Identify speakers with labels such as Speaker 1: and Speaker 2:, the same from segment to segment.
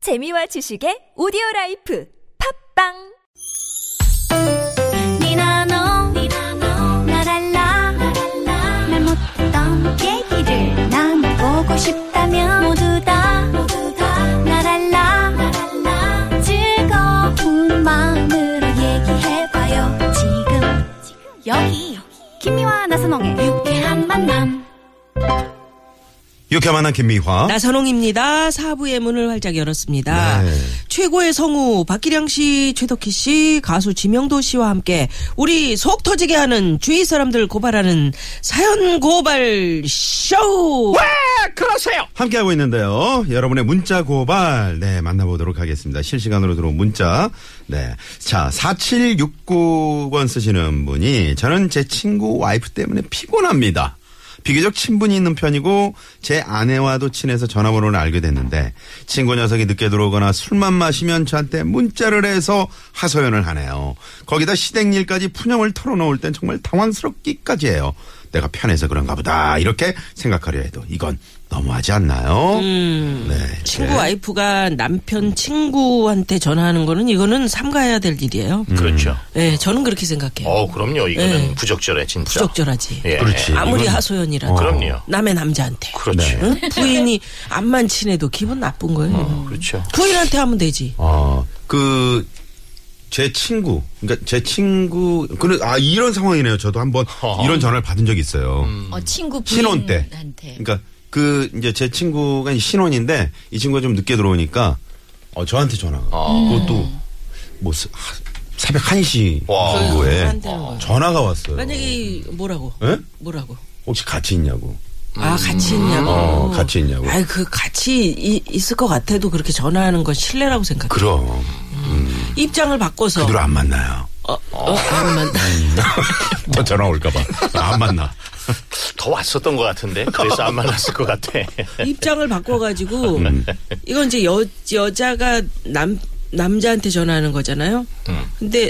Speaker 1: 재미와 지식의 오디오 라이프 팝빵
Speaker 2: 니나노 날 알라 말 못했던 얘기를 나눠보고 싶다면 모두 다날 알라 즐거운 마음으로 얘기해봐요 지금 여기 김미와 나선홍의 유쾌한 만남
Speaker 3: 유쾌만한
Speaker 4: 어?
Speaker 3: 김미화.
Speaker 5: 나선홍입니다. 사부의 문을 활짝 열었습니다.
Speaker 3: 네.
Speaker 5: 최고의 성우 박기량 씨, 최덕희 씨, 가수 지명도 씨와 함께 우리 속 터지게 하는 주위 사람들 고발하는 사연 고발 쇼.
Speaker 3: 함께하고 있는데요. 여러분의 문자 고발. 네, 만나보도록 하겠습니다. 실시간으로 들어온 문자. 네. 자, 4769번 쓰시는 분이 저는 제 친구 와이프 때문에 피곤합니다. 비교적 친분이 있는 편이고 제 아내와도 친해서 전화번호를 알게 됐는데 친구 녀석이 늦게 들어오거나 술만 마시면 저한테 문자를 해서 하소연을 하네요. 거기다 시댁일까지 푸념을 털어놓을 땐 정말 당황스럽기까지 해요. 내가 편해서 그런가 보다 이렇게 생각하려 해도 이건 너무하지 않나요? 네, 이렇게.
Speaker 5: 음. 친구 와이프가 남편 친구한테 전화하는 거는 이거는 삼가해야 될 일이에요.
Speaker 4: 그렇죠.
Speaker 5: 네, 저는 그렇게 생각해요.
Speaker 4: 어, 그럼요. 이거는
Speaker 5: 네.
Speaker 4: 부적절해, 진짜.
Speaker 5: 부적절하지.
Speaker 4: 예.
Speaker 3: 그렇지.
Speaker 5: 아무리
Speaker 3: 이건-
Speaker 5: 하소연이라도
Speaker 4: 그럼요.
Speaker 5: 남의 남자한테
Speaker 4: 그렇지.
Speaker 3: 네.
Speaker 5: 응? 부인이 암만 친해도 기분 나쁜 거예요.
Speaker 4: 그렇죠.
Speaker 5: 부인한테 하면 되지.
Speaker 3: 어, 그, 제 친구, 그러니까 제 친구, 그, 아, 이런 상황이네요. 저도 한번
Speaker 4: 허허.
Speaker 3: 이런 전화를 받은 적이 있어요.
Speaker 5: 음.
Speaker 6: 어, 친구
Speaker 3: 신혼 때.
Speaker 6: 부인한테.
Speaker 3: 그러니까 그, 이제 제 친구가 이제 신혼인데 이 친구가 좀 늦게 들어오니까 어, 저한테 전화가.
Speaker 5: 아.
Speaker 3: 그것도 뭐, 스- 하- 새벽 1시
Speaker 4: 와.
Speaker 3: 정도에
Speaker 5: 안 되는 거예요.
Speaker 3: 전화가 왔어요.
Speaker 5: 어. 만약에 뭐라고?
Speaker 3: 예?
Speaker 5: 뭐라고?
Speaker 3: 혹시 같이 있냐고.
Speaker 5: 아 같이 있냐고.
Speaker 3: 어, 같이 있냐고.
Speaker 5: 아이 그 같이 이- 있을 것 같아도 그렇게 전화하는 건 실례라고 생각해.
Speaker 3: 그럼.
Speaker 5: 입장을 바꿔서.
Speaker 3: 그대로 안 만나요.
Speaker 5: 어, 어, 아니면 어.
Speaker 3: 또 전화 올까봐. 안 만나.
Speaker 4: 더 왔었던 것 같은데. 그래서 안 만났을 것 같아.
Speaker 5: 입장을 바꿔가지고
Speaker 3: 음.
Speaker 5: 이건 이제 여 여자가 남 남자한테 전화하는 거잖아요.
Speaker 3: 음.
Speaker 5: 근데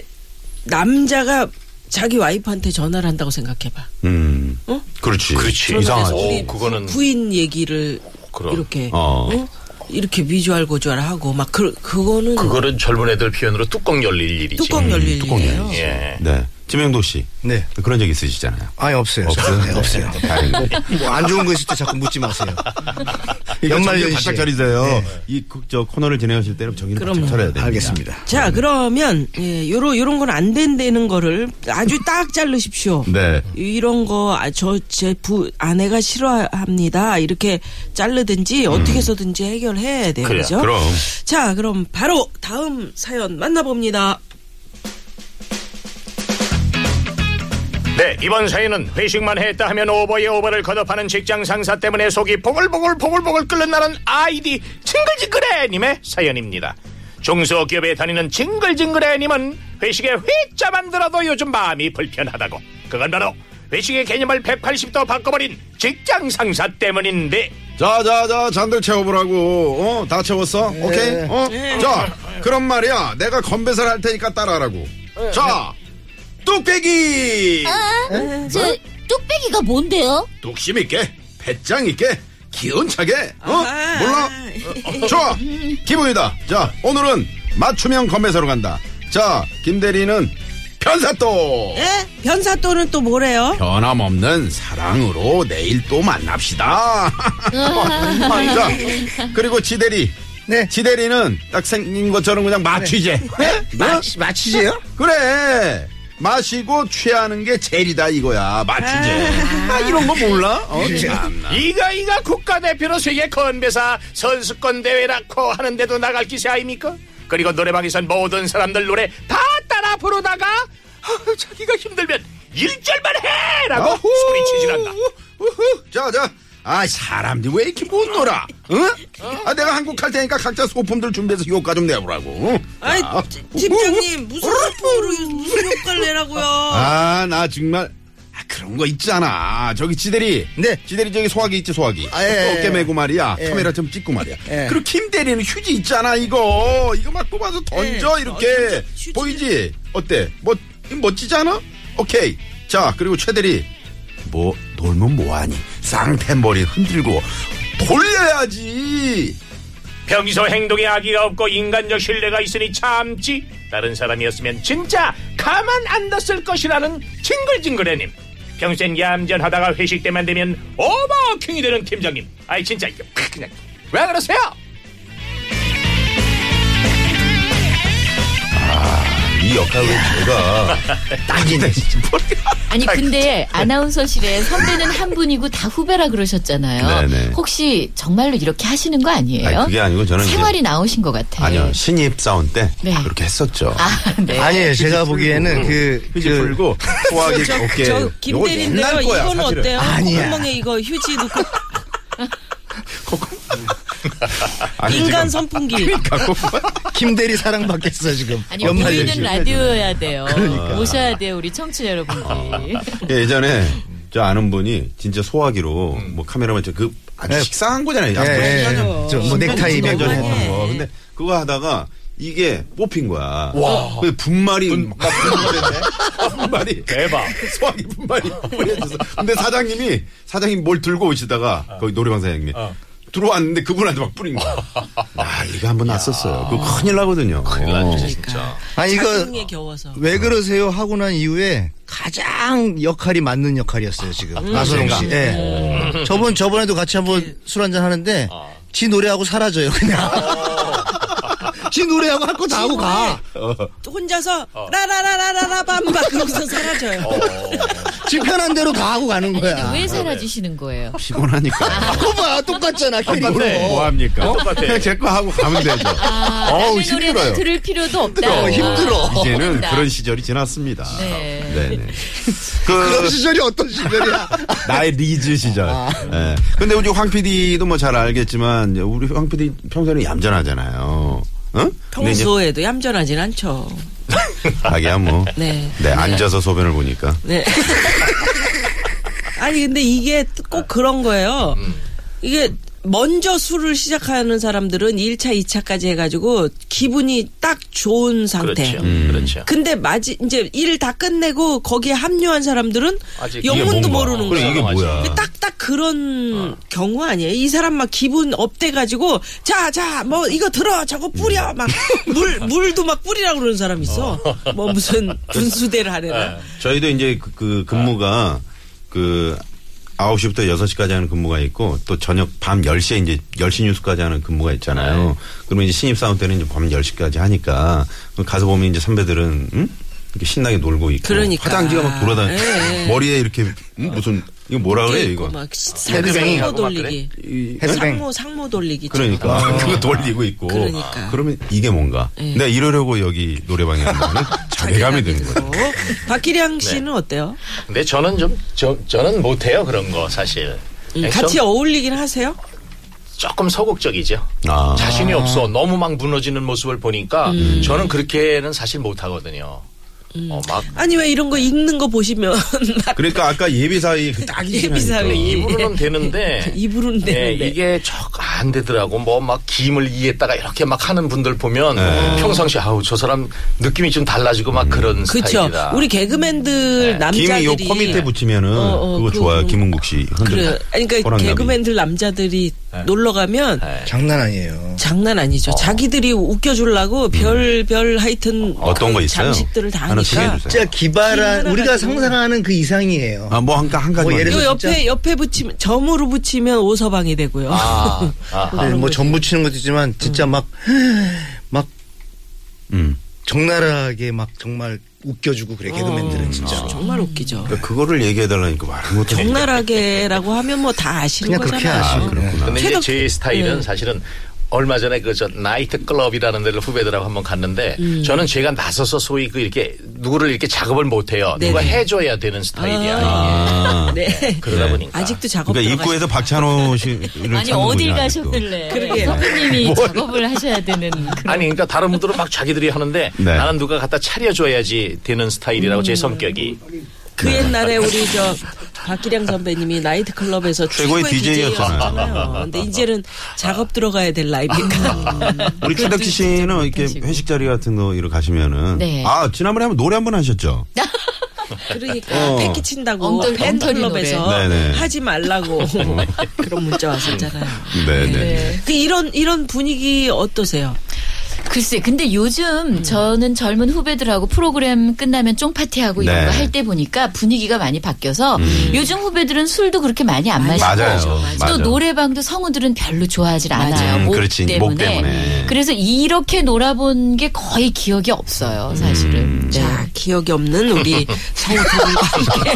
Speaker 5: 남자가 자기 와이프한테 전화를 한다고 생각해봐.
Speaker 3: 음.
Speaker 5: 어?
Speaker 3: 그렇지.
Speaker 4: 그렇지.
Speaker 3: 이상하지.
Speaker 4: 오,
Speaker 5: 우리
Speaker 4: 그거는
Speaker 5: 부인 얘기를
Speaker 4: 그럼.
Speaker 5: 이렇게
Speaker 3: 어.
Speaker 5: 응? 이렇게 위주알 고주알 하고 막 그 그거는
Speaker 4: 그거는 젊은 애들 표현으로 뚜껑 열릴 일이지.
Speaker 5: 뚜껑
Speaker 3: 음,
Speaker 5: 열릴 일이에요.
Speaker 4: 예.
Speaker 3: 네. 지명도 씨.
Speaker 7: 네.
Speaker 3: 그런 적 있으시잖아요.
Speaker 7: 아니 없어요.
Speaker 3: 없어요?
Speaker 7: 네, 없어요.
Speaker 3: 다행입니다.
Speaker 7: 뭐 안 좋은 거 있을 때 자꾸 묻지 마세요.
Speaker 3: 정신
Speaker 7: 연말 연시에. 네.
Speaker 3: 바짝 차리세요. 이 그, 저, 코너를 진행하실 때는 정신을 바짝
Speaker 5: 그럼요.
Speaker 3: 차려야 됩니다.
Speaker 7: 알겠습니다.
Speaker 5: 자, 그러면 예, 요런 요런 건 안 된다는 거를 아주 딱 자르십시오.
Speaker 3: 네.
Speaker 5: 이런 거 아, 저 제 부 아내가 싫어합니다. 이렇게 자르든지 어떻게 해서든지 해결해야 돼요.
Speaker 4: 그래요.
Speaker 5: 그죠?
Speaker 3: 음. 그럼.
Speaker 5: 자, 그럼 바로 다음 사연 만나봅니다.
Speaker 4: 네, 이번 사연은 회식만 했다 하면 오버에 오버를 거듭하는 직장 상사 때문에 속이 보글보글 보글보글 끓는 나는 아이디 징글징글해님의 사연입니다. 중소기업에 다니는 징글징글해님은 회식에 회자만 들어도 요즘 마음이 불편하다고. 그건 바로 회식의 개념을 180도 바꿔버린 직장 상사 때문인데
Speaker 3: 자, 자, 자, 잔들 채워보라고. 어? 다 채웠어?
Speaker 7: 네.
Speaker 3: 오케이? 어?
Speaker 5: 네.
Speaker 3: 자, 그럼 말이야. 내가 건배사를 할 테니까 따라하라고.
Speaker 5: 네.
Speaker 3: 자, 뚝배기!
Speaker 6: 저 뚝배기가 뭔데요?
Speaker 3: 독심 있게, 배짱 있게, 기운차게, 어?
Speaker 5: 아하.
Speaker 3: 몰라? 어, 좋아! 기분이다. 자, 오늘은 맞춤형 건배사로 간다. 자, 김대리는 편사또!
Speaker 5: 예? 변사 또는 또 뭐래요?
Speaker 3: 변함없는 사랑으로 내일 또 만납시다. 자, 그리고 지대리.
Speaker 7: 네.
Speaker 3: 지대리는 딱 생긴 것처럼 그냥 마취제. 네?
Speaker 7: 마, 마치세요?
Speaker 3: 그래. 마시고 취하는 게 젤이다 이거야. 마취제. 아, 이런 거 몰라? 어, 참나.
Speaker 4: 이가 이가 국가대표로 세계 건배사 선수권 대회라고 하는데도 나갈 기세 아닙니까? 그리고 노래방에선 모든 사람들 노래 다 따라 부르다가 아, 자기가 힘들면 일절만 해라고
Speaker 5: 어?
Speaker 3: 아후.
Speaker 4: 소리치질 않나
Speaker 3: 우후. 자, 자. 아, 사람들 왜 이렇게 못 놀아? 응?
Speaker 5: 어?
Speaker 3: 아, 내가 한국 갈 테니까 각자 소품들 준비해서 효과 좀 내보라고.
Speaker 5: 아이,
Speaker 3: 자.
Speaker 5: 지- 팀장님, 무슨 소품으로 무슨 효과를 내라고요?
Speaker 3: 어? 아, 나 정말. 아, 그런 거 있잖아. 저기 지대리.
Speaker 7: 네.
Speaker 3: 지대리 저기 소화기 있지, 소화기.
Speaker 7: 아, 예,
Speaker 3: 어깨
Speaker 7: 예.
Speaker 3: 메고 말이야.
Speaker 7: 예.
Speaker 3: 카메라 좀 찍고 말이야.
Speaker 7: 예.
Speaker 3: 그리고 김대리는 휴지 있잖아, 이거. 이거 막 뽑아서 던져,
Speaker 5: 예.
Speaker 3: 이렇게.
Speaker 5: 어, 던져, 휴지.
Speaker 3: 보이지? 어때? 뭐, 멋, 멋지잖아? 오케이. 자, 그리고 최대리. 뭐, 놀면 뭐하니? 쌍태머리 흔들고. 돌려야지.
Speaker 4: 평소 행동에 악의가 없고 인간적 신뢰가 있으니 참지 다른 사람이었으면 진짜 가만 안 뒀을 것이라는 징글징글해님 평생 얌전하다가 회식 때만 되면 오버워킹이 되는 팀장님 아이 진짜 이거 그냥 왜 그러세요?
Speaker 3: 이 역할을 제가 딱이네 진짜.
Speaker 8: 아니 근데
Speaker 3: 네.
Speaker 8: 아나운서실에 선배는 한 분이고 다 후배라 그러셨잖아요.
Speaker 3: 네네.
Speaker 8: 혹시 정말로 이렇게 하시는 거 아니에요?
Speaker 3: 아니, 그게 아니고 저는 이제-
Speaker 8: 생활이 나오신 것 같아.
Speaker 3: 아니요 신입 사원 때
Speaker 8: 네.
Speaker 3: 그렇게 했었죠.
Speaker 8: 아, 네.
Speaker 7: 아니에요. 제가 보기에는 그,
Speaker 3: 휴지
Speaker 7: 그-
Speaker 3: 풀고 소화기 어깨.
Speaker 5: 저
Speaker 3: 예. 요거
Speaker 5: 김대리인데요.
Speaker 3: 옛날 거야,
Speaker 5: 이거는
Speaker 3: 사실은.
Speaker 5: 어때요?
Speaker 7: 아니야.
Speaker 5: 구멍에 이거 휴지 넣고
Speaker 3: 아니, 그러니까.
Speaker 5: 인간
Speaker 3: 지금
Speaker 5: 선풍기.
Speaker 7: 김대리 사랑받겠어 지금.
Speaker 8: 아니
Speaker 7: 연말
Speaker 8: 보이는
Speaker 7: 연시.
Speaker 8: 라디오여야 돼요.
Speaker 3: 그러니까.
Speaker 8: 모셔야 돼요 우리 청취자 여러분들이.
Speaker 3: 아. 예전에 저 아는 분이 진짜 소화기로 뭐 카메라만 저그 아주
Speaker 7: 네.
Speaker 3: 식상한 거잖아요. 그
Speaker 7: 예, 예, 예. 저뭐 넥타이
Speaker 3: 전
Speaker 7: 매고
Speaker 3: 했던 거. 근데 그거 하다가 이게 뽑힌 거야. 와. 근데 분말이 막 분말인데 분말이
Speaker 4: 대박
Speaker 3: 소화기 분말이 뿌려져서. 근데 사장님이 사장님 뭘 들고 오시다가 거기 노래방 사장님이 들어왔는데 그분한테 막 뿌린 거야. 아 이거 한번 났었어요. 그거 큰일 나거든요. 큰일
Speaker 4: 어.
Speaker 5: 그러니까.
Speaker 4: 진짜
Speaker 7: 아 이거
Speaker 5: 자궁에 겨워서.
Speaker 7: 왜 그러세요 하고 난 이후에 가장 역할이 맞는 역할이었어요 지금 나선홍 씨. 예. 저번 저번에도 같이 한번 술 한잔 하는데
Speaker 3: 아.
Speaker 7: 지 노래하고 사라져요 그냥. 지 노래하고 할 거 다 하고 가.
Speaker 5: 혼자서
Speaker 3: 어.
Speaker 5: 라라라라라밤 막 그러고서 사라져요.
Speaker 7: 지 편한 대로 다 하고 가는 거야.
Speaker 8: 왜 사라지시는 거예요?
Speaker 3: 피곤하니까.
Speaker 7: 아, 그거 봐 똑같잖아
Speaker 3: 똑같아.
Speaker 7: 캐릭터.
Speaker 3: 뭐 합니까?
Speaker 4: 똑같아.
Speaker 3: 그냥 제거 하고 가면 되죠. 어우
Speaker 8: 아, 남의 노래는
Speaker 3: 힘들어요.
Speaker 8: 들을 필요도 없다.
Speaker 3: 어, 힘들어.
Speaker 8: 아,
Speaker 3: 이제는
Speaker 8: 힘들다.
Speaker 3: 그런 시절이 지났습니다.
Speaker 8: 네.
Speaker 3: 네네.
Speaker 7: 그런
Speaker 3: 그
Speaker 7: 시절이 어떤 시절이야?
Speaker 3: 나의 리즈 시절. 네. 근데 우리 황 PD도 뭐 잘 알겠지만 이제 우리 황 PD 평소에는 얌전하잖아요. 응? 근데 이제
Speaker 5: 평소에도 얌전하진 않죠.
Speaker 3: 자기야 뭐.
Speaker 5: 네.
Speaker 3: 네, 앉아서 소변을 보니까.
Speaker 5: 네. 아니 근데 이게
Speaker 3: 네.
Speaker 5: 꼭 그런 거예요.
Speaker 3: 음.
Speaker 5: 이게 먼저 술을 시작하는 사람들은 1차, 2차까지 해가지고 기분이 딱 좋은 상태.
Speaker 4: 그렇죠
Speaker 3: 네.
Speaker 4: 그렇죠
Speaker 5: 근데 마지 이제 일 다 끝내고 거기에 합류한 사람들은
Speaker 4: 아직
Speaker 5: 영문도
Speaker 3: 이게 뭔가.
Speaker 5: 모르는
Speaker 3: 그래,
Speaker 5: 거예요.
Speaker 3: 이게 뭐야.
Speaker 5: 딱딱 그런 경우 아니에요. 이 사람 막 기분 업돼가지고 자 자 뭐 이거 들어 저거 뿌려 막 물 물도 막 뿌리라고 그러는 사람 있어. 뭐 무슨 분수대를 하려나.
Speaker 3: 저희도 이제 그, 그 근무가 그 9시부터 6시까지 하는 근무가 있고 또 저녁 밤 10시에 이제 10시 뉴스까지 하는 근무가 있잖아요.
Speaker 5: 네.
Speaker 3: 그러면 이제 신입사원 때는 이제 밤 10시까지 하니까 가서 보면 이제 선배들은 응? 이렇게 신나게 놀고 있고
Speaker 5: 그러니까.
Speaker 3: 화장지가 막 돌아다니
Speaker 5: 예, 예.
Speaker 3: 머리에 이렇게 응? 무슨 이거 뭐라 그래
Speaker 5: 있고
Speaker 3: 이거
Speaker 5: 예, 막
Speaker 7: 헤드뱅이
Speaker 5: 상모
Speaker 7: 하고
Speaker 4: 막
Speaker 5: 돌리기.
Speaker 3: 이-
Speaker 7: 헤드뱅.
Speaker 5: 상모 상모 돌리기.
Speaker 3: 그러니까 그거 돌리고 있고
Speaker 5: 아. 그러니까. 예.
Speaker 3: 러면 이게 뭔가 내가 이러려고 여기 노래방에 한다는 자괴감이 드는 아, 거예요.
Speaker 5: 박기량 씨는 어때요?
Speaker 4: 근데 저는 좀 저, 저는 못해요 그런 거 사실 액션
Speaker 5: 음, 같이 어울리긴 하세요?
Speaker 4: 조금 소극적이죠
Speaker 3: 아.
Speaker 4: 자신이 없어 너무 막 무너지는 모습을 보니까
Speaker 5: 음.
Speaker 4: 저는 그렇게는 사실 못하거든요 어, 막
Speaker 5: 아니 왜 이런 거 읽는 거 보시면 막
Speaker 3: 그러니까 아까 예비사위 그 딱이긴
Speaker 5: 예비사위.
Speaker 3: 하니까.
Speaker 4: 입으로는 되는데
Speaker 5: 입으로는
Speaker 4: 예,
Speaker 5: 되는데.
Speaker 4: 이게 척 안 되더라고 뭐 막 김을 이에다가 이렇게 막 하는 분들 보면 평상시 아우 저 사람 느낌이 좀 달라지고 막
Speaker 5: 네.
Speaker 4: 그런
Speaker 5: 그렇죠.
Speaker 4: 스타일이다
Speaker 5: 우리 개그맨들
Speaker 3: 네. 김이
Speaker 5: 남자들이
Speaker 3: 요 코밑에 붙이면은
Speaker 5: 어, 어,
Speaker 3: 그거
Speaker 5: 그-
Speaker 3: 좋아요. 김은국 씨 흔들.
Speaker 5: 그래. 아니, 그러니까
Speaker 3: 호랑나비. 네.
Speaker 5: 개그맨들 남자들이 놀러 가면
Speaker 4: 예.
Speaker 7: 장난 아니에요.
Speaker 5: 장난 아니죠.
Speaker 3: 어.
Speaker 5: 자기들이 웃겨주려고 별별 하여튼
Speaker 3: 음. 어떤
Speaker 5: 그
Speaker 3: 거 있어요?
Speaker 5: 장식들을 다
Speaker 3: 하나씩
Speaker 5: 하니까.
Speaker 3: 해주세요.
Speaker 7: 진짜 기발한
Speaker 5: 기발해가지고.
Speaker 7: 우리가 상상하는 그 이상이에요.
Speaker 3: 아, 뭐, 한, 가- 한 가지.
Speaker 7: 뭐 예를
Speaker 5: 요
Speaker 7: 들어서
Speaker 5: 옆에 옆에 붙이면 점으로 붙이면 오서방이 되고요.
Speaker 4: 아, 아,
Speaker 7: 네, 뭐 전부 치는 것도 있지만 진짜 막 막
Speaker 3: 음.
Speaker 7: 적나라하게 막 정말 웃겨주고 그래
Speaker 5: 어.
Speaker 7: 개그맨들은 진짜.
Speaker 5: 정말 웃기죠.
Speaker 3: 그러니까 그거를 얘기해달라니까 말을 못해.
Speaker 5: 적나라하게라고 하면 뭐 다 아시는
Speaker 7: 그냥 그렇게
Speaker 5: 거잖아요.
Speaker 7: 아시고
Speaker 3: 그렇구나.
Speaker 4: 근데 이제
Speaker 5: 최덕-
Speaker 4: 제 스타일은
Speaker 5: 네.
Speaker 4: 사실은 얼마 전에 그 저 나이트 클럽이라는 데를 후배들하고 한번 갔는데
Speaker 5: 음.
Speaker 4: 저는 제가 나서서 소위 그 이렇게 누구를 이렇게 작업을 못 해요. 누가 해줘야 되는 스타일이야.
Speaker 3: 아.
Speaker 5: 네.
Speaker 4: 이게. 그러다 보니까
Speaker 5: 아직도 작업
Speaker 3: 그러니까
Speaker 5: 들어가시-
Speaker 3: 입구에서 박찬호 씨를
Speaker 8: 아니
Speaker 3: 찾는군요,
Speaker 8: 어딜
Speaker 3: 아직도.
Speaker 8: 가셨길래
Speaker 5: 그러게요.
Speaker 8: 선배님이
Speaker 3: 뭐.
Speaker 8: 작업을 하셔야 되는 그런
Speaker 4: 아니 그러니까 다른 분들은 막 자기들이 하는데
Speaker 3: 네.
Speaker 4: 나는 누가 갖다 차려줘야지 되는 스타일이라고
Speaker 5: 음.
Speaker 4: 제 성격이.
Speaker 5: 그 옛날에 우리 저 박기량 선배님이 나이트클럽에서
Speaker 3: 최고의 DJ 였잖아요.
Speaker 5: 였잖아요. 근데 이제는 작업 들어가야 될 나이니까.
Speaker 3: 우리 최덕지 씨는 이렇게 회식 자리 같은 거 이렇게 가시면은.
Speaker 8: 네.
Speaker 3: 아, 지난번에 한번 노래 한 번 하셨죠?
Speaker 5: 그러니까
Speaker 3: 어.
Speaker 5: 패키 친다고
Speaker 8: 엉터리, 엉터리
Speaker 5: 팬클럽에서
Speaker 3: 노래. 네네.
Speaker 5: 하지 말라고 그런 문자 왔었잖아요.
Speaker 3: 네, 네.
Speaker 8: 네.
Speaker 5: 그 이런 이런 분위기 어떠세요?
Speaker 8: 글쎄, 근데
Speaker 3: 음.
Speaker 8: 요즘 저는 젊은 후배들하고 프로그램 끝나면 쫑파티하고 이런
Speaker 3: 네. 음.
Speaker 8: 거 할 때 보니까 분위기가 많이 바뀌어서 요즘 후배들은 술도 그렇게 많이 안 마시고
Speaker 3: 맞아요.
Speaker 8: 또
Speaker 3: 맞아요.
Speaker 8: 노래방도 성우들은 별로 좋아하질 않아요.
Speaker 3: 음,
Speaker 8: 목,
Speaker 3: 그렇지.
Speaker 8: 때문에.
Speaker 3: 목 때문에.
Speaker 8: 그래서 이렇게 놀아본 게 거의 기억이
Speaker 3: 음,
Speaker 8: 없어요, 사실은. 네.
Speaker 5: 자 기억이 없는 우리 성우들과 함께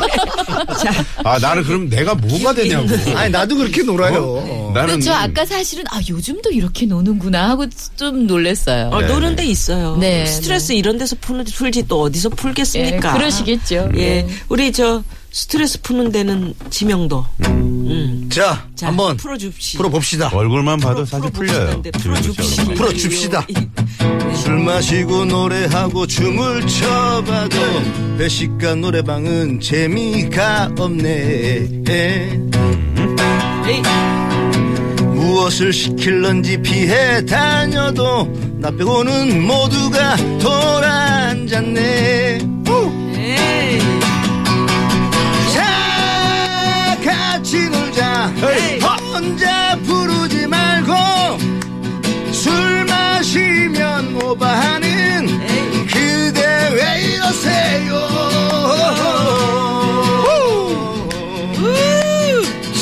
Speaker 5: 자
Speaker 3: 아, 나는 그럼 내가 뭐가 되냐고.
Speaker 7: 아니 어? 나도 그렇게 놀아요.
Speaker 3: 나는.
Speaker 8: 근데 저 아까 사실은 아 요즘도 이렇게 노는구나 하고 좀 놀랬어요.
Speaker 5: 어, 노는 데 있어요.
Speaker 8: 네,
Speaker 5: 스트레스 이런 데서 푸는 풀지 또 어디서
Speaker 8: 예,
Speaker 5: 풀겠습니까?
Speaker 8: 그러시겠죠.
Speaker 3: 음.
Speaker 5: 예, 우리 저 스트레스 푸는 데는 지명도. 음.
Speaker 7: 자,
Speaker 5: 자,
Speaker 7: 한번
Speaker 5: 풀어줍시.
Speaker 7: 풀어봅시다.
Speaker 3: 얼굴만 봐도 사실 풀려요.
Speaker 5: 풀어줍시.
Speaker 3: 지금
Speaker 7: 풀어줍시다. 술 마시고 노래하고 춤을 춰봐도 네. 회식간 노래방은 재미가 없네. 에.
Speaker 5: 에이,
Speaker 7: 무엇을 시킬런지 피해 다녀도 나 빼고는 모두가 돌아앉았네. 우!
Speaker 5: 에이.
Speaker 7: 자, 같이 놀자.
Speaker 5: 에이.
Speaker 7: 혼자 부르지 말고 술 마시면 오바하는
Speaker 5: 에이.
Speaker 7: 그대 왜 이러세요?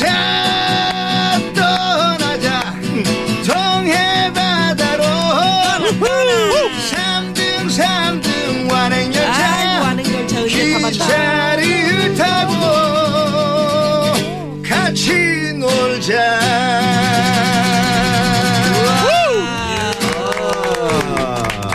Speaker 7: 자 떠나자 동해바다로 삼등 삼등
Speaker 5: 아이고
Speaker 7: 완행열차
Speaker 5: 하는 걸차 언제 가봤다.
Speaker 7: 기차를 타고 같이 놀자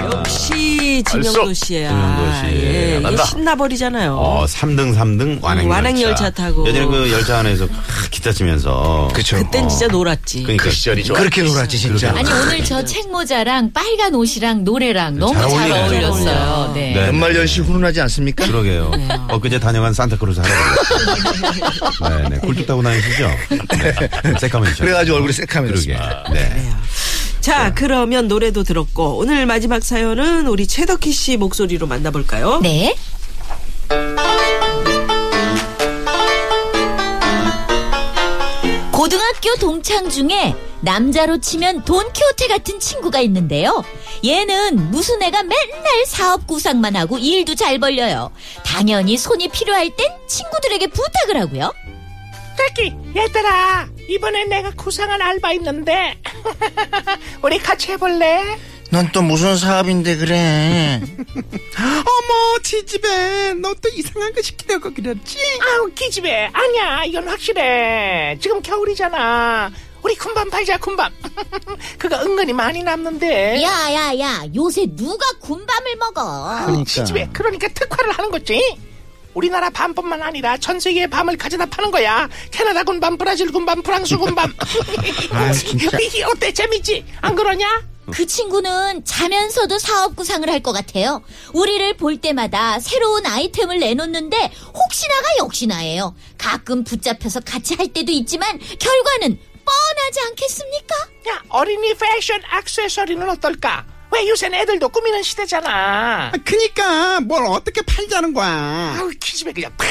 Speaker 5: 역시
Speaker 4: 알쏘.
Speaker 5: 지명도 씨야.
Speaker 3: 지명도 씨.
Speaker 5: 예, 이게
Speaker 4: 잘한다.
Speaker 5: 신나버리잖아요.
Speaker 3: 어, 3등, 3등 완행 열차.
Speaker 5: 완행 열차 타고.
Speaker 3: 예전에 그 열차 안에서 크, 기타 치면서.
Speaker 7: 그쵸
Speaker 5: 그땐 진짜 놀았지.
Speaker 3: 그러니까.
Speaker 4: 그 시절이 좋아.
Speaker 5: 그렇죠.
Speaker 7: 그렇게 놀았지 진짜
Speaker 8: 아니 오늘 저 책모자랑 빨간 옷이랑 노래랑 너무
Speaker 3: 잘
Speaker 8: 잘,
Speaker 3: 어울리네.
Speaker 8: 어울렸어요. 네.
Speaker 3: 네.
Speaker 7: 연말 연시 훈훈하지 않습니까?
Speaker 3: 그러게요.
Speaker 5: 네.
Speaker 3: 엊그제 다녀간 산타크루즈 할아버지. 네, 네. 굴뚝 타고 다니시죠? 네. 새카매지죠.
Speaker 7: 그래가지고 얼굴이 아, 새카매졌습니다.
Speaker 3: 그러게. 네.
Speaker 5: 자, 그러면 노래도 들었고 오늘 마지막 사연은 우리 최덕희 씨 목소리로 만나볼까요?
Speaker 8: 네. 고등학교 동창 중에 남자로 치면 돈키호테 같은 친구가 있는데요. 얘는 무슨 애가 맨날 사업 구상만 하고 일도 잘 벌려요. 당연히 손이 필요할 땐 친구들에게 부탁을 하고요.
Speaker 9: 택기 얘들아 이번에 내가 구상한 알바 있는데 우리 같이 해볼래?
Speaker 7: 넌 또 무슨 사업인데 그래?
Speaker 9: 어머 지집애 너 또 이상한 거 시키려고 그랬지? 아우 기집애 아니야 이건 확실해 지금 겨울이잖아 우리 군밤 팔자 군밤 그거 은근히 많이 남는데
Speaker 6: 야야야 요새 누가 군밤을 먹어
Speaker 9: 아우, 지집애 그러니까 특화를 하는 거지 우리나라 밤뿐만 아니라 전 세계의 밤을 가져다 파는 거야 캐나다 군밤 브라질 군밤 프랑스 군밤
Speaker 7: 아, 진짜.
Speaker 9: 이게 어때 재밌지? 안 그러냐?
Speaker 6: 그 친구는 자면서도 사업 구상을 할 것 같아요 우리를 볼 때마다 새로운 아이템을 내놓는데 혹시나가 역시나예요 가끔 붙잡혀서 같이 할 때도 있지만 결과는 뻔하지 않겠습니까?
Speaker 9: 야, 어린이 패션 액세서리는 어떨까? 왜 요새는 애들도 꾸미는 시대잖아.
Speaker 10: 그니까 뭘 어떻게 팔자는 거야.
Speaker 9: 아우, 기집애 그냥 팍!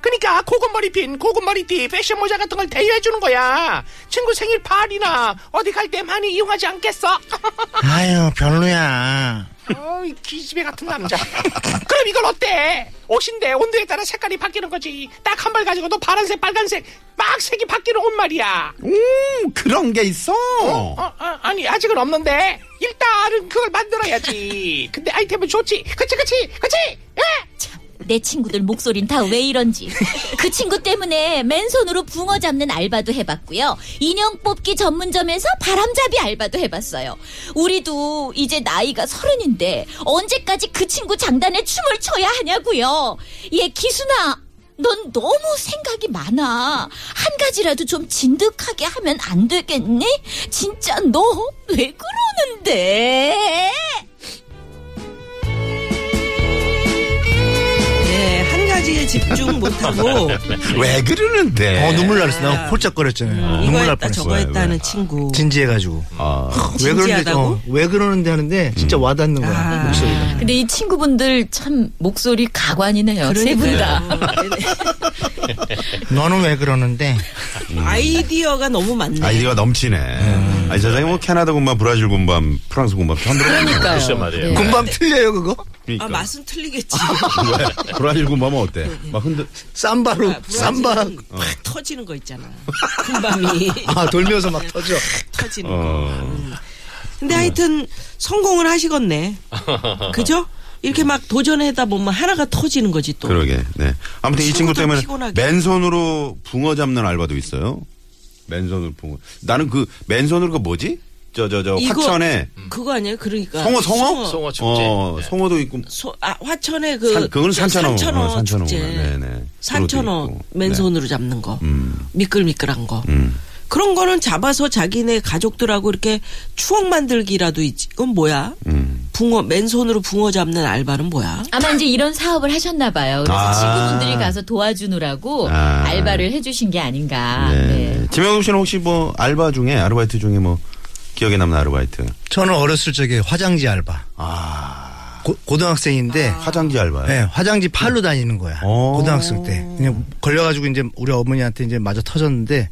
Speaker 9: 그니까 고급머리 핀, 고급머리띠, 패션 모자 같은 걸 대여해 주는 거야. 친구 생일 파리나 어디 갈 때 많이 이용하지 않겠어?
Speaker 7: 아유 별로야.
Speaker 9: 어이, 기집애 같은 남자. 그럼 이건 어때? 옷인데 온도에 따라 색깔이 바뀌는 거지. 딱 한 벌 가지고도 파란색, 빨간색 막 색이 바뀌는 옷 말이야.
Speaker 10: 오 그런 게 있어.
Speaker 9: 어, 어, 아니 아직은 없는데 일단은 그걸 만들어야지. 근데 아이템은 좋지. 그치 그치 그치. 예?
Speaker 6: 내 친구들 목소린 다 왜 이런지. 그 친구 때문에 맨손으로 붕어 잡는 알바도 해봤고요. 인형 뽑기 전문점에서 바람잡이 알바도 해봤어요. 우리도 이제 나이가 서른인데 언제까지 그 친구 장단에 춤을 춰야 하냐고요. 얘 기순아, 넌 너무 생각이 많아. 한 가지라도 좀 진득하게 하면 안 되겠니? 진짜 너 왜 그러는데?
Speaker 5: 네, 한 가지의 집중 못하고
Speaker 3: 왜 그러는데?
Speaker 7: 어, 눈물 날렸어. 나 홀짝거렸잖아요.
Speaker 5: 음, 이거
Speaker 7: 눈물 날
Speaker 5: 했다
Speaker 7: 뻔했어.
Speaker 5: 저거 했다 하는 친구.
Speaker 7: 진지해가지고.
Speaker 3: 아,
Speaker 7: 왜 그러는데,
Speaker 5: 진지하다고?
Speaker 7: 어, 왜 그러는데 하는데 진짜
Speaker 3: 음.
Speaker 7: 와닿는 거야.
Speaker 5: 아.
Speaker 7: 목소리가.
Speaker 8: 근데 이 친구분들 참 목소리 가관이네요. 세 분 다.
Speaker 5: 그러니까요.
Speaker 7: 너는 왜 그러는데?
Speaker 5: 아이디어가 너무 많네.
Speaker 3: 아이디가 넘치네. 아니, 저장이 뭐 캐나다 군밤, 브라질 군밤, 프랑스 군밤 처음 들어보니까.
Speaker 4: 글쎄 말이에요.
Speaker 5: 네.
Speaker 7: 금방 틀려요, 그거?
Speaker 3: 그러니까.
Speaker 5: 그러니까. 아, 맛은 틀리겠지.
Speaker 3: 왜? 브라질 군밤은 어때? 막 흔들,
Speaker 7: 쌈바로,
Speaker 5: 아,
Speaker 7: 쌈바.
Speaker 5: 팍 터지는 거 있잖아. 금밤이
Speaker 7: 아, 돌면서 막 터져.
Speaker 5: 터지는 거. 음.
Speaker 3: 어.
Speaker 5: 근데 하여튼 성공을 하시겠네. 그죠? 이렇게 막 도전하다 보면 하나가 터지는 거지 또.
Speaker 3: 그러게. 네. 아무튼 이 친구
Speaker 5: 친구들
Speaker 3: 때문에
Speaker 5: 피곤하게.
Speaker 3: 맨손으로 붕어 잡는 알바도 있어요. 맨손으로 붕어. 나는 그 맨손으로 그 뭐지? 저 저 저
Speaker 5: 이거-
Speaker 3: 화천에
Speaker 5: 그거 아니에요? 그러니까
Speaker 3: 송어 송어?
Speaker 4: 송어 축제.
Speaker 3: 어,
Speaker 4: 네.
Speaker 3: 송어도 있고
Speaker 5: 소- 아, 화천에 그
Speaker 3: 산- 그건 산천어.
Speaker 5: 산천어
Speaker 3: 어, 산천어.
Speaker 5: 축제.
Speaker 3: 네네.
Speaker 5: 산천어
Speaker 3: 그것도 있고. 네.
Speaker 5: 맨손으로 잡는 거.
Speaker 3: 음.
Speaker 5: 미끌미끌한 거.
Speaker 3: 음.
Speaker 5: 그런 거는 잡아서 자기네 가족들하고 이렇게 추억 만들기라도 있지. 그건 뭐야?
Speaker 3: 음.
Speaker 5: 붕어 맨손으로 붕어 잡는 알바는 뭐야?
Speaker 8: 아마 이제 이런 사업을 하셨나 봐요. 그래서
Speaker 3: 아.
Speaker 8: 친구분들이 가서 도와주느라고
Speaker 3: 아.
Speaker 8: 알바를 해주신 게 아닌가.
Speaker 3: 네. 지명욱 씨는 혹시 뭐 알바 중에 아르바이트 중에 뭐 기억에 남는 아르바이트?
Speaker 7: 저는 어렸을 적에 화장지 알바.
Speaker 3: 아.
Speaker 7: 고, 고등학생인데.
Speaker 3: 화장지 알바요.
Speaker 7: 네, 화장지 팔로 다니는 거야.
Speaker 3: 오.
Speaker 7: 고등학생 때. 그냥 걸려가지고 이제 우리 어머니한테 이제 마저 터졌는데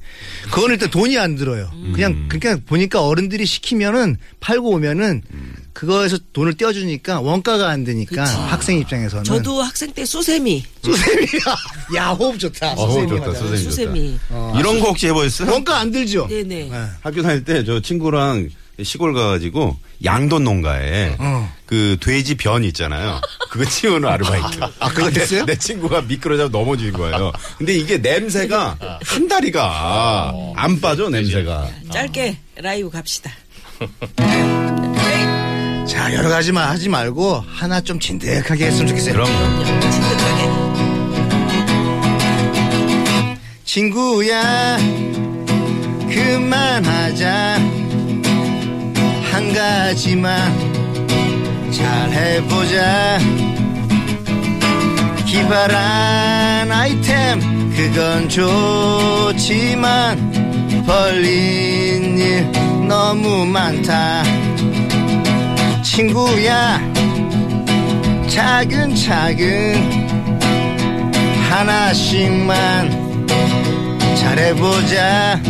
Speaker 7: 그거는 일단 돈이 안 들어요.
Speaker 3: 음.
Speaker 7: 그냥 그러니까 보니까 어른들이 시키면은 팔고 오면은
Speaker 3: 음.
Speaker 7: 그거에서 돈을 떼어주니까 원가가 안 되니까
Speaker 5: 그치.
Speaker 7: 학생 입장에서는
Speaker 5: 저도 학생 때 소세미,
Speaker 7: 소세미야. 야 호흡 좋다.
Speaker 3: 어,
Speaker 7: 소세미
Speaker 3: 좋다,
Speaker 7: 맞아.
Speaker 3: 소세미.
Speaker 5: 소세미.
Speaker 3: 이런 거 혹시 해보셨어요?
Speaker 7: 원가 안 들죠.
Speaker 5: 네네.
Speaker 3: 학교 다닐 때 저 친구랑 시골 가가지고 양돈 농가에
Speaker 7: 어.
Speaker 3: 그 돼지 변 있잖아요. 그거 치우는 아르바이트. 아, 그거 됐어요? 내, 친구가 미끄러져 넘어진 거예요. 근데 이게 냄새가 한 다리가 안 빠져, 냄새가.
Speaker 5: 짧게 라이브 갑시다.
Speaker 7: 자 여러 가지만 하지 말고 하나 좀 진득하게 했으면 좋겠어요.
Speaker 3: 그럼
Speaker 5: 진득하게.
Speaker 7: 친구야 그만하자 한 가지만 잘 해보자 기발한 아이템 그건 좋지만 벌린 일 너무 많다 친구야 차근차근 하나씩만 잘해보자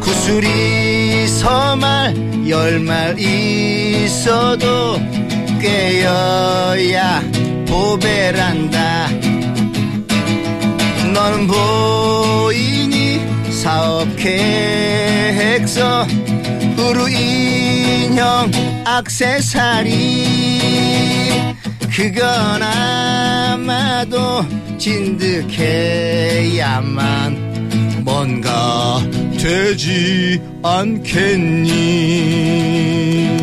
Speaker 7: 구슬이 서말 열말 있어도 깨어야 보배란다 너는 보이니 사업 계획서 우루 인형 악세사리 그건 아마도 진득해야만 뭔가 되지 않겠니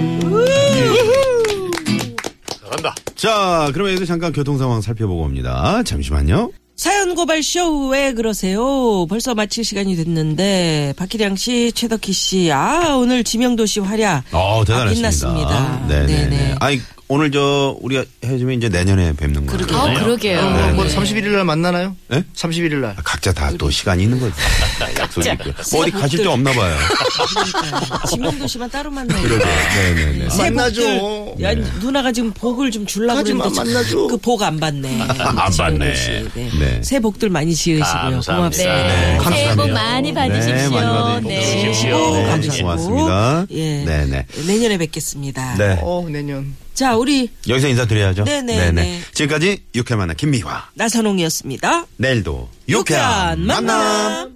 Speaker 4: 잘한다.
Speaker 3: 자, 그럼 여기서 잠깐 교통 상황 살펴보고 옵니다. 잠시만요.
Speaker 5: 사연 고발 쇼 왜 그러세요? 벌써 마칠 시간이 됐는데 박희량 씨, 최덕희 씨, 아 오늘 지명도 씨 활약.
Speaker 3: 어,
Speaker 5: 빛났습니다.
Speaker 3: 대단하십니다.
Speaker 5: 네네.
Speaker 3: 네네. 아니, 오늘 저, 우리가 해주면 이제 내년에 뵙는 거예요.
Speaker 5: 그러게요.
Speaker 8: 아, 그러게요.
Speaker 7: 어, 뭐 31일날 만나나요?
Speaker 3: 네?
Speaker 7: 31일날
Speaker 3: 각자 다 또 시간이 있는 거죠. 약속이 있고. 뭐 어디 가실 데 없나 봐요.
Speaker 5: 그러니까요. 지명도 씨만 따로 만나요.
Speaker 3: 그러게. 네네네.
Speaker 5: 새
Speaker 7: 만나죠.
Speaker 5: 복들. 야, 누나가 지금 복을 좀 줄라
Speaker 7: 하지마,
Speaker 5: 그러는데
Speaker 7: 만나죠.
Speaker 5: 그복 안 받네.
Speaker 4: 안 받네.
Speaker 5: 씨, 네.
Speaker 3: 네.
Speaker 5: 새 복들 많이 지으시고요.
Speaker 4: 감사합니다.
Speaker 5: 고맙습니다.
Speaker 4: 네.
Speaker 8: 새해 복 많이 받으십시오.
Speaker 3: 네, 많이 받으십시오.
Speaker 4: 주십시오.
Speaker 3: 네,
Speaker 5: 감사합니다.
Speaker 3: 고맙습니다.
Speaker 5: 예.
Speaker 3: 네네.
Speaker 5: 내년에 뵙겠습니다.
Speaker 3: 네.
Speaker 7: 어 내년
Speaker 5: 자, 우리
Speaker 3: 여기서 인사드려야죠.
Speaker 5: 네네, 네.
Speaker 3: 지금까지 유쾌만한 김미화.
Speaker 5: 나선홍이었습니다.
Speaker 3: 내일도
Speaker 5: 유쾌한
Speaker 3: 유쾌한 만남.
Speaker 5: 만남.